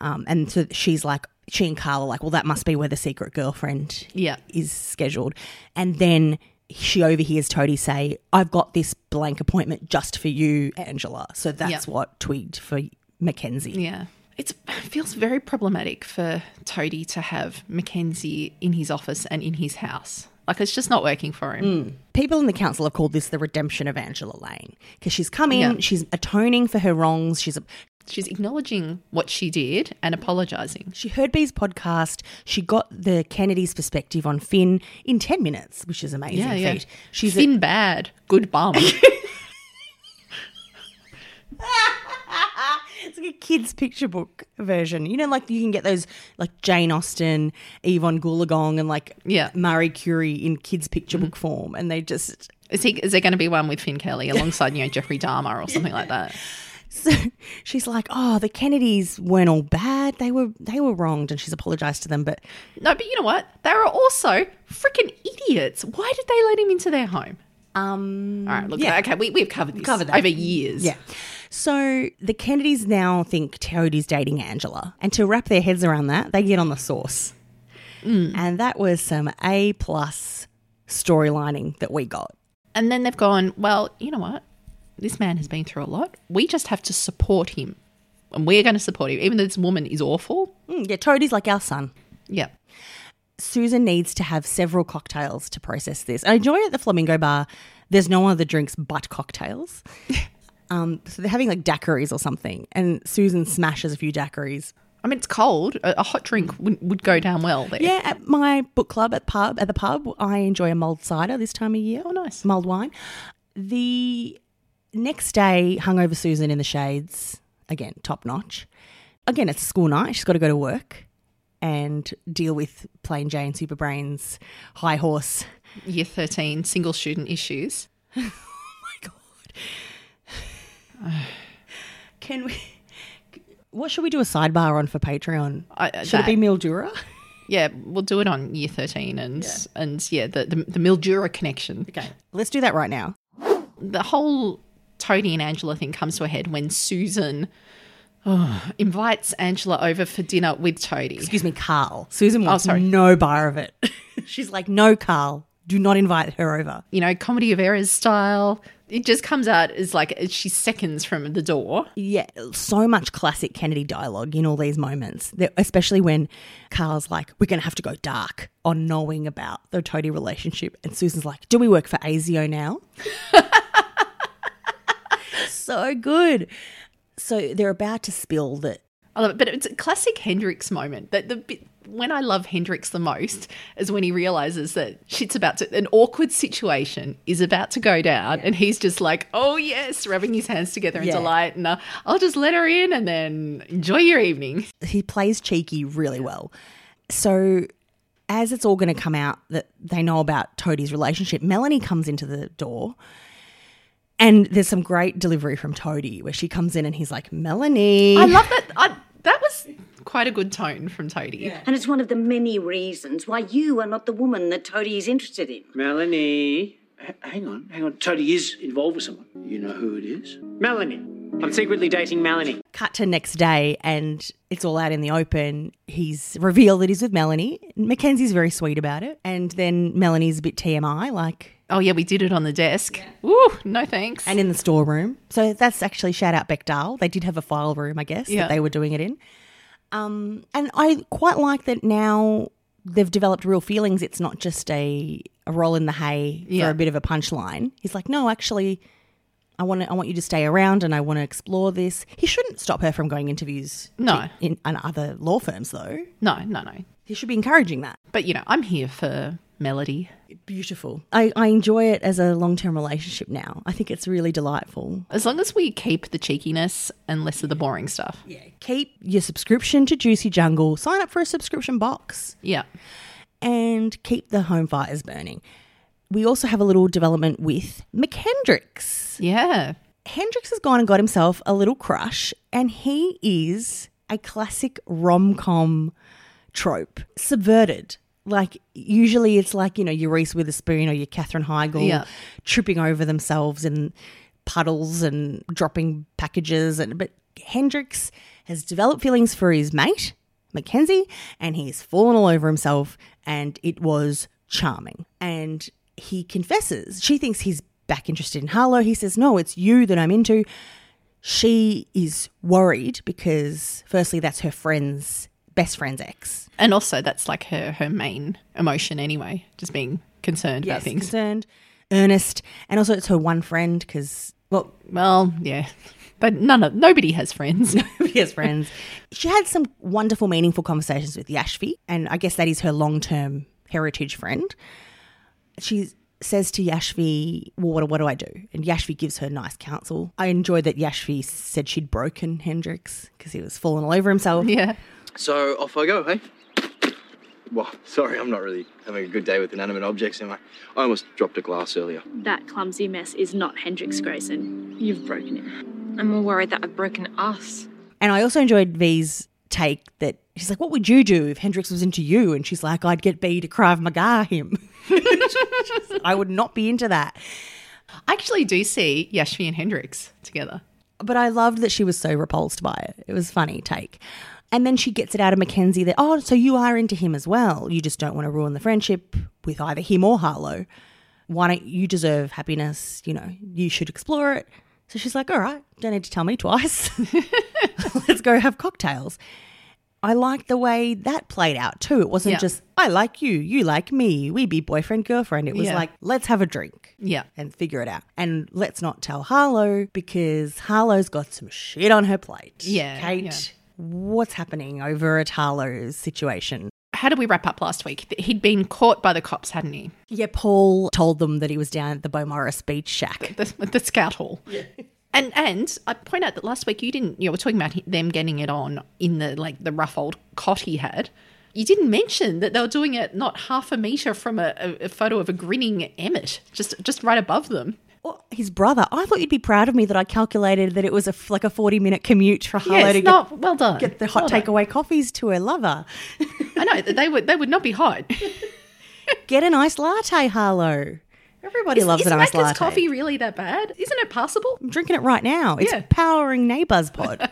Um, and so she's like, she and Carla are like, well, that must be where the secret girlfriend
Yeah.
is scheduled. And then she overhears Toadie say, I've got this blank appointment just for you, Angela. So that's
Yeah.
what tweaked for Mackenzie.
Yeah. It's, it feels very problematic for Toadie to have Mackenzie in his office and in his house. Like, it's just not working for him.
Hmm. People in the council have called this the redemption of Angela Lane because she's come in,
Yeah.
she's atoning for her wrongs. She's a,
She's acknowledging what she did and apologizing.
she heard Bee's podcast, she got the Kennedys' perspective on Finn in ten minutes, which is amazing.
Yeah, yeah.
feat. She's a-
Finn bad, good bum.
It's like a kids' picture book version. You know, like you can get those like Jane Austen, Yvonne Goolagong, and like
Yeah.
Marie Curie in kids' picture book form, and they just
is, he, is there going to be one with Finn Kelly alongside, you know, Jeffrey Dahmer or something like that?
so she's like, oh, the Kennedys weren't all bad. They were they were wronged, and she's apologized to them. But
No, but you know what? They were also freaking idiots. Why did they let him into their home?
um,
All right, look,
Yeah.
okay, we, we've covered this
covered that.
over years.
yeah. So the Kennedys now think Toadie's dating Angela, and to wrap their heads around that, they get on the source, and that was some A plus storylining that we got.
And then they've gone, well, you know what? This man has been through a lot. We just have to support him. And we're going to support him, even though this woman is awful.
Mm, yeah, Toadie's like our son.
Yeah.
Susan needs to have several cocktails to process this. I enjoy at the Flamingo Bar, there's no other drinks but cocktails. um, so they're having like daiquiris or something, and Susan smashes a few daiquiris.
I mean, it's cold. A, a hot drink would, would go down well there.
Yeah, at my book club at pub at the pub, I enjoy a mulled cider this time of year.
Oh, nice.
mulled wine. The next day, hungover Susan in the shades again, top notch. Again, it's a school night. She's got to go to work and deal with plain Jane Superbrain's high horse.
Year 13, single student issues.
Can we? What should we do a sidebar on for Patreon?
I- I-
should
that-
it be Mildura?
Yeah, we'll do it on year 13 and, and yeah, the, the, the Mildura connection.
Okay, let's do that right now.
the whole Tony and Angela thing comes to a head when Susan oh, invites Angela over for dinner with Toadie.
Excuse me, Carl. Susan wants
Oh, sorry.
no bar of it. She's like, no, Carl, do not invite her over.
You know, comedy of errors style. It just comes out as like she seconds from the door.
Yeah, so much classic Kennedy dialogue in all these moments, that- especially when Carl's like, we're going to have to go dark on knowing about the Toadie relationship. And Susan's like, do we work for ASIO now? so good. So they're about to spill that
I love it. But it's a classic Hendrix moment. That the bit when I love Hendrix the most is when he realizes that shit's about to an awkward situation is about to go down, and he's just like, "Oh yes," rubbing his hands together in
Yeah.
delight, and uh, I'll just let her in, and then enjoy your evening.
he plays cheeky really well. So as it's all going to come out that they know about Toadie's relationship, Melanie comes into the door. And there's some great delivery from Toadie where she comes in and he's like, Melanie.
I love that. I, that was quite a good tone from Toadie.
And it's one of the many reasons why you are not the woman that Toadie is interested in.
Melanie.
H- hang on, hang on. Tony is involved with someone. You know who it is?
Melanie. I'm secretly dating Melanie.
Cut to next day and it's all out in the open. He's revealed that he's with Melanie. Mackenzie's very sweet about it. And then Melanie's a bit TMI, like,
Oh yeah, we did it on the desk. Woo, no thanks.
and in the storeroom. So that's actually shout out Beck Dahl. They did have a file room, I guess,
Yeah.
that they were doing it in. Um, and I quite like that now they've developed real feelings. It's not just a, a roll in the hay
Yeah.
for a bit of a punchline. He's like, no, actually, I want to, I want you to stay around and I want to explore this. He shouldn't stop her from going interviews. to-
No.
in, in other law firms though.
No, no, no.
He should be encouraging that.
But you know, I'm here for melody.
Beautiful. I, I enjoy it as a long term relationship now. I think it's really delightful.
As long as we keep the cheekiness and less of the boring stuff.
Yeah. Keep your subscription to Juicy Jungle. Sign up for a subscription box.
Yeah.
and keep the home fires burning. We also have a little development with McHendricks.
Yeah.
Hendricks has gone and got himself a little crush, and he is a classic rom com trope, subverted. Like, usually it's like, you know, your Reese Witherspoon or your Catherine Heigl
Yeah.
tripping over themselves in puddles and dropping packages. And But Hendricks has developed feelings for his mate, Mackenzie, and he's fallen all over himself, and it was charming. And he confesses. She thinks he's back interested in Harlow. He says, No, it's you that I'm into. She is worried because, firstly, that's her friend's best friend's ex.
And also that's like her her main emotion anyway, just being concerned about things.
concerned, earnest, and also it's her one friend because, well,
Well, yeah. But none of nobody has friends.
nobody has friends. She had some wonderful, meaningful conversations with Yashvi, and I guess that is her long term heritage friend. She says to Yashvi, Well, what, what do I do? And Yashvi gives her nice counsel. I enjoyed that Yashvi said she'd broken Hendrix because he was falling all over himself.
Yeah.
So off I go, hey? Well, sorry, I'm not really having a good day with inanimate objects, am I? I almost dropped a glass earlier.
That clumsy mess is not Hendrix Grayson. You've broken it. I'm more worried that I've broken us.
And I also enjoyed V's take that she's like, What would you do if Hendrix was into you? And she's like, I'd get B to Krav Maga him. I would not be into that.
I actually do see Yashvi and Hendrix together.
But I loved that she was so repulsed by it. It was a funny take. And then she gets it out of Mackenzie that, oh, so you are into him as well. You just don't want to ruin the friendship with either him or Harlow. Why don't you deserve happiness? You know, you should explore it. So she's like, all right, don't need to tell me twice. Let's go have cocktails. I liked the way that played out too. It wasn't
Yeah.
just, I like you, you like me, we be boyfriend, girlfriend. It was
Yeah.
like, let's have a drink
Yeah.
and figure it out. And let's not tell Harlow because Harlow's got some shit on her plate.
Yeah,
Kate,
yeah.
what's happening over at Harlow's situation?
How did we wrap up last week? He'd been caught by the cops, hadn't he?
Yeah, Paul told them that he was down at the Beaumaris Beach Shack.
The, the scout hall. And and I point out that last week you didn't. You were talking about them getting it on in the like the rough old cot he had. You didn't mention that they were doing it not half a meter from a, a, a photo of a grinning Emmett, just just right above them.
Well, his brother. I thought you'd be proud of me that I calculated that it was a f like a forty minute commute for Harlow
Yes,
to
no,
get,
well done.
get the hot
Well done.
takeaway coffees to her lover.
I know that they would they would not be hot.
Get an iced latte, Harlow. Everybody
Is-
loves
is
an iced
Macca's
latte.
coffee really that bad? Isn't it passable?
I'm drinking it right now. It's
Yeah.
powering neighbours pod.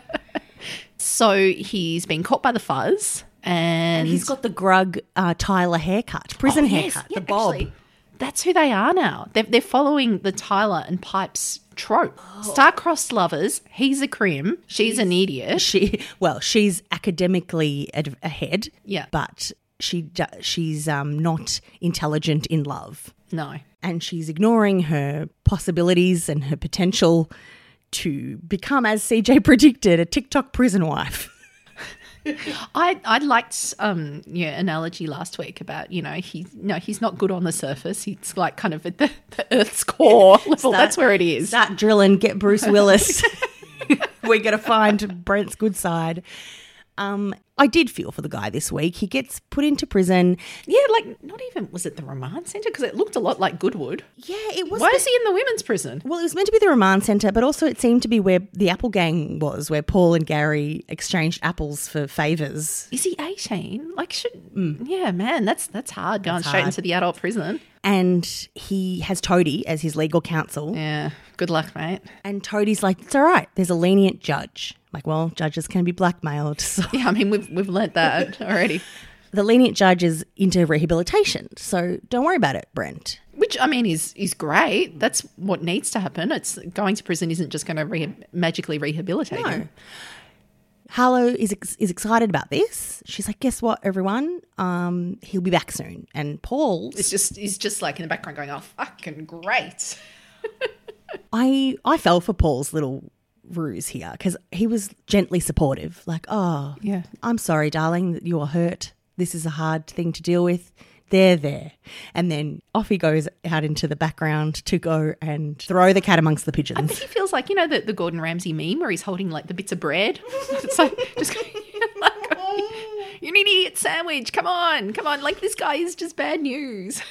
So he's been caught by the fuzz, and,
And he's got the Grug uh, Tyler haircut, prison
Oh, yes.
haircut,
Yeah,
the bob.
actually, that's who they are now. They're, they're following the Tyler and Pipes trope. Star-crossed lovers. He's a crim. She's an idiot.
She well, she's academically ad- ahead,
Yeah.
but she do- she's um, not intelligent in love,
No.
and she's ignoring her possibilities and her potential to become, as CJ predicted, a TikTok prison wife.
I, I liked um your analogy last week about you know he no he's not good on the surface he's like kind of at the, the Earth's core level that's where it is
Start drilling, get Bruce Willis. We're gonna find Brent's good side. Um, I did feel for the guy this week. He gets put into prison.
yeah like not even was it the remand center because it looked a lot like Goodwood
Yeah, it was.
why is he in the women's prison
Well, it was meant to be the remand centre, but also it seemed to be where the Apple Gang was, where Paul and Gary exchanged apples for favours.
is he 18 like should yeah man that's Mm. that's hard going straight
hard.
into the adult prison
And he has Toady as his legal counsel.
yeah good luck mate
And Toadie's like, it's all right, there's a lenient judge. Like, well, judges can be blackmailed. So
yeah i mean we've we've learnt that already
the lenient judge is into rehabilitation. So don't worry about it, Brent.
which i mean is is great that's what needs to happen it's going to prison isn't just going to re- magically rehabilitate him
Harlow is ex- is excited about this. She's like, "Guess what, everyone? Um, he'll be back soon." And Paul,
It's just he's just like in the background going, "Oh, fucking great."
I I fell for Paul's little ruse here because he was gently supportive, like, "Oh,
Yeah.
I'm sorry, darling, that you are hurt. This is a hard thing to deal with." They're there. And then off he goes out into the background to go and throw the cat amongst the pigeons.
He feels like you know the, the Gordon Ramsay meme where he's holding like the bits of bread. It's like just going, like, you need to eat sandwich. Come on, come on. Like this guy is just bad news.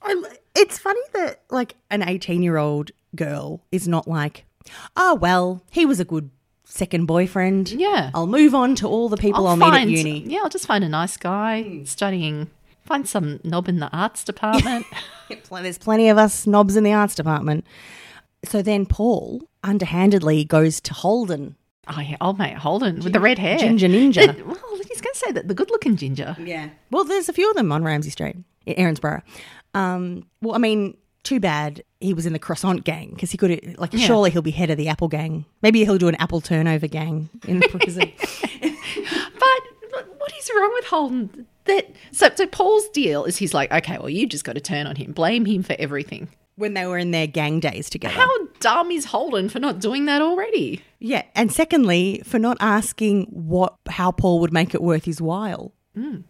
I, it's funny that like an 18 year old girl is not like, oh, well, he was a good second boyfriend.
Yeah.
I'll move on to all the people I'll, meet at
find,
uni. Hmm.
Yeah, I'll just find a nice guy studying. Find some knob in the arts department.
Pl- There's plenty of us snobs in the arts department. So then Paul underhandedly goes to Holden.
Oh, yeah, old mate Holden with the red hair,
Ginger Ninja.
The- well, he's going to say that the good-looking ginger.
Yeah. Well, there's a few of them on Ramsey Street in Erinsborough. Um, well, I mean, too bad he was in the croissant gang because he could, like,
Yeah.
surely he'll be head of the apple gang. Maybe he'll do an apple turnover gang in prison.
But but what is wrong with Holden? That so so Paul's deal is he's like, okay, well you just got to turn on him, blame him for everything.
when they were in their gang days together.
How dumb is Holden for not doing that already?
Yeah, and secondly, for not asking what how Paul would make it worth his while.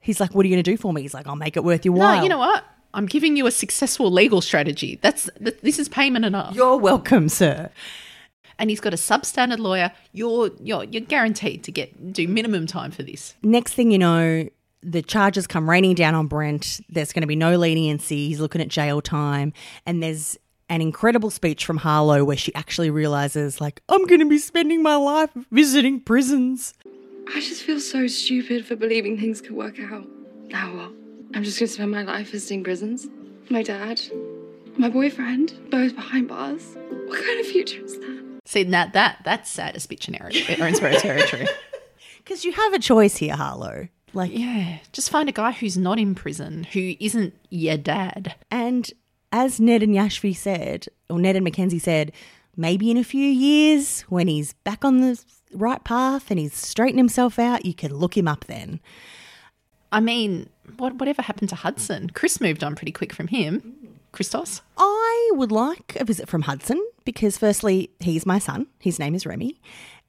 He's like, "What are you going to do for me?" He's like, "I'll make it worth your while."
Mm. No, you know what? I'm giving you a successful legal strategy. That's th- this is payment enough.
You're welcome, sir.
and he's got a substandard lawyer. You're you're you're guaranteed to get do minimum time for this.
Next thing you know, the charges come raining down on Brent. There's going to be no leniency. He's looking at jail time, and there's an incredible speech from Harlow where she actually realizes, like, I'm going to be spending my life visiting prisons.
I just feel so stupid for believing things could work out. Now what? I'm just gonna spend my life visiting prisons. My dad, my boyfriend, both behind bars. What kind of future is that?
See that that that's saddest bitch in Eri- Erinsborough territory.
Because you have a choice here, Harlow. Like,
yeah, just find a guy who's not in prison, who isn't your dad.
And as Ned and Yashvi said, or Ned and Mackenzie said, maybe in a few years when he's back on the right path and he's straightened himself out, you can look him up then.
I mean, what whatever happened to Hudson? Chris moved on pretty quick from him. Christos.
I would like a visit from Hudson because, firstly, he's my son. His name is Remy.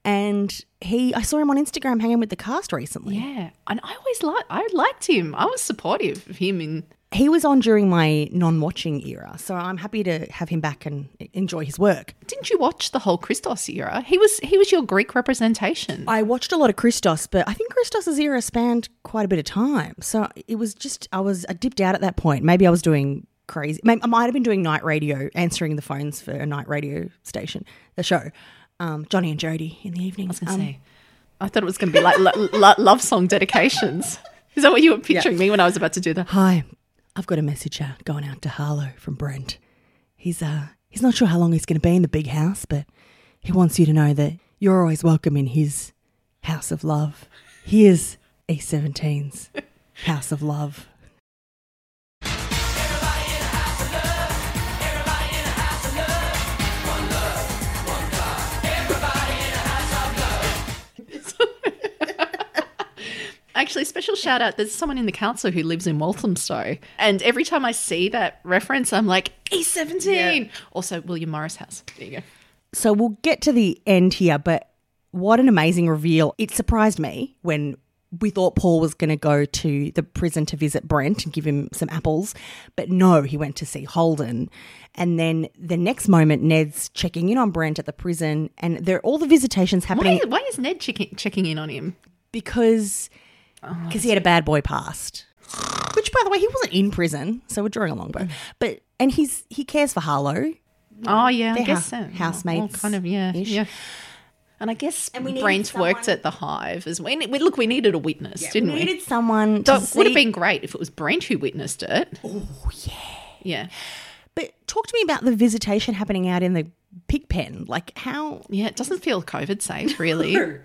And he, I saw him on Instagram hanging with the cast recently.
Yeah, and I always liked I liked him. I was supportive of him in
He was on during my non watching era. So I'm happy to have him back and enjoy his work.
Didn't you watch the whole Christos era? He was he was your Greek representation.
I watched a lot of Christos, but I think Christos's era spanned quite a bit of time. So it was just I was I dipped out at that point. Maybe I was doing crazy. may- I might have been doing night radio, answering the phones for a night radio station, the show, um, Johnny and Jody in the Um, evening. I was
gonna say. I thought it was going to be like lo- lo- love song dedications. Is that what you were picturing me when I was about to do that?
Hi, I've got a message uh, going out to Harlow from Brent. He's uh he's not sure how long he's going to be in the big house, but he wants you to know that you're always welcome in his house of love. Here's E17's house of love.
Actually, special shout out. There's someone in the council who lives in Walthamstow, and every time I see that reference, I'm like E17. Also, William Morris House. There you go.
So we'll get to the end here, but what an amazing reveal. It surprised me when we thought Paul was going to go to the prison to visit Brent and give him some apples, but no, he went to see Holden. And then the next moment, Ned's checking in on Brent at the prison, and there all the visitations happening
Why, why is Ned checking, checking in on him?
because
Oh,
because he had a bad boy past. Which, by the way, he wasn't in prison, so we're drawing a long bow.
Mm.
But and he's he cares for Harlow.
Oh yeah, I
They're
guess
hou-
so. Well,
housemates.
kind of yeah,
ish.
yeah. And I guess
we needed
Brent worked at the Hive as well. We, look, we needed a witness, didn't we?
needed someone
So
to
it would have
see-
been great if it was Brent who witnessed it. Oh yeah, yeah.
But talk to me about the visitation happening out in the pig pen. Like how
Yeah, it doesn't feel COVID safe, really.
No.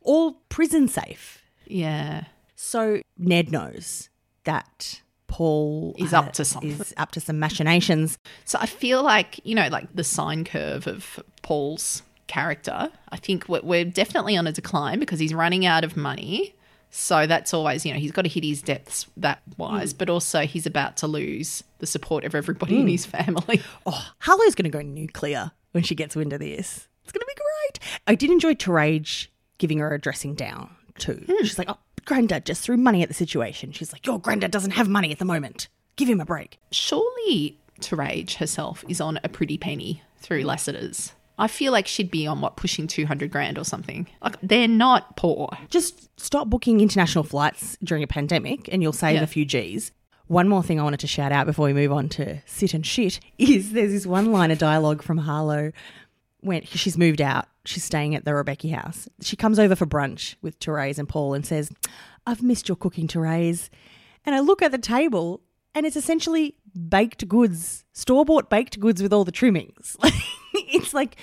or prison safe.
Yeah.
So Ned knows that Paul
Is
ha-
up to something.
Is up to some machinations.
So I feel like, you know, like the sine curve of Paul's character. I think we're, we're definitely on a decline because he's running out of money. So that's always, you know, he's got to hit his depths that wise,
Mm.
but also he's about to lose the support of everybody in
Mm.
his family.
Oh, Harlow's going to go nuclear when she gets wind of this. It's going to be great. I did enjoy Terage giving her a dressing down too.
Hmm.
She's like, oh, granddad just threw money at the situation. She's like, your granddad doesn't have money at the moment. Give him a break.
Surely Terage herself is on a pretty penny through Lassiter's. I feel like she'd be on what pushing 200 grand or something. Like they're not poor.
Just stop booking international flights during a pandemic and you'll save
Yeah.
a few G's. One more thing I wanted to shout out before we move on to sit and shit is there's this one line of dialogue from Harlow when 'cause she's moved out. She's staying at the Rebecca house. She comes over for brunch with Therese and Paul and says, I've missed your cooking, Therese. And I look at the table and it's essentially baked goods, store bought baked goods with all the trimmings. it's like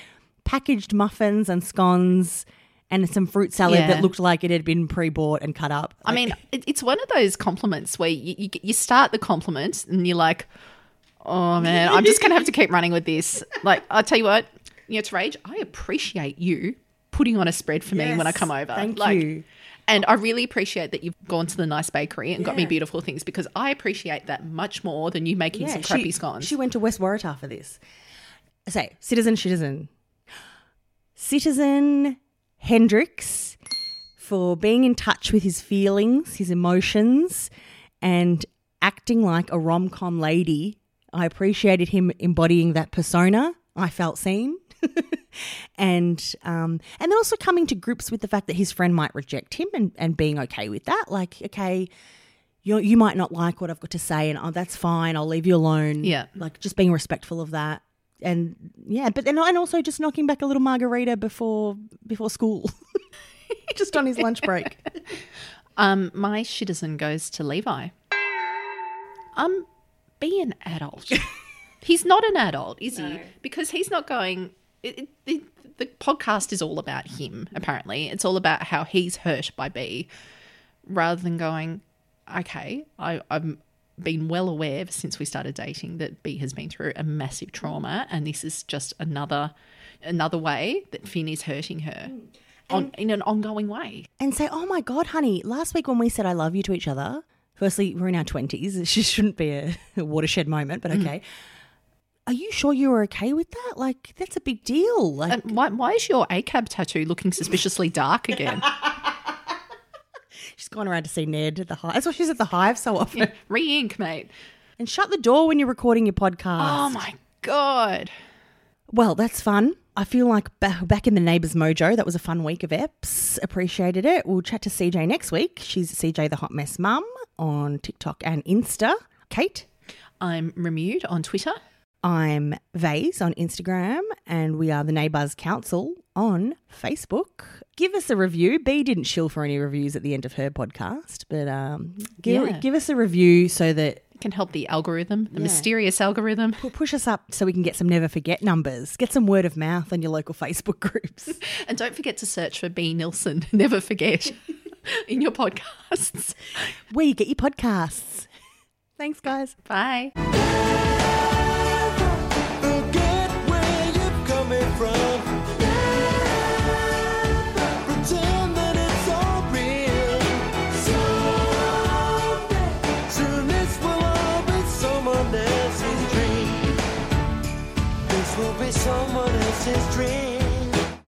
packaged muffins and scones and some fruit salad
Yeah.
that looked like it had been pre bought and cut up.
I mean, it, it's one of those compliments where you, you, you start the compliment and you're like, oh man, I'm just going to have to keep running with this. Like, I'll tell you what, you know, Terage, I appreciate you putting on a spread for me when I
Yes,
come over.
thank
like,
you.
And I really appreciate that you've gone to the nice bakery and got me
Yeah.
beautiful things because I appreciate that much more than you making some crappy
she,
scones.
She went to West Waratah for this. So, Citizen Citizen. Citizen Hendrix for being in touch with his feelings, his emotions, and acting like a rom com lady. I appreciated him embodying that persona. I felt seen. and um, and then also coming to grips with the fact that his friend might reject him and, and being okay with that. Like, okay, you you might not like what I've got to say, and oh, that's fine. I'll leave you alone.
Yeah.
like just being respectful of that, and yeah, but then and also just knocking back a little margarita before before school, just on his lunch break.
Um, my shitizen goes to Levi. Um, be an adult. he's not an adult, is he? Because he's not going. It, it, the, the podcast is all about him. Apparently, it's all about how he's hurt by B, rather than going. Okay, I, I've been well aware since we started dating that B has been through a massive trauma, and this is just another another way that Finn is hurting her, on, in an ongoing way.
and say, "Oh my god, honey! Last week when we said I love you to each other, firstly we're in our twenties. It just shouldn't be a, a watershed moment,
Mm.
but okay. Are you sure you were okay with that? Like that's a big deal. Like
And why, why is your ACAB tattoo looking suspiciously dark again?
she's gone around to see Ned at the hive. That's why she's at the hive so often.
Re ink, mate.
And shut the door when you're recording your podcast.
Oh my God.
Well, that's fun. I feel like ba- back in the Neighbours Mojo, that was a fun week of EPs. Appreciated it. We'll chat to CJ next week. She's CJ the Hot Mess Mum on TikTok and Insta. Kate?
I'm Remude on Twitter.
I'm Vase on Instagram, and we are the Neighbours Council on Facebook. Give us a review. B didn't shill for any reviews at the end of her podcast, but um, give,
Yeah.
give us a review so that
It can help the algorithm, the
Yeah.
mysterious algorithm.
will push us up so we can get some never forget numbers. Get some word of mouth on your local Facebook groups.
And don't forget to search for B. Nilsson. Never forget in your podcasts.
Where you get your podcasts. Thanks, guys.
Bye.
Forget where you're coming from. Pretend that it's all real. Someday, soon this will all be someone else's dream. This will be someone else's dream.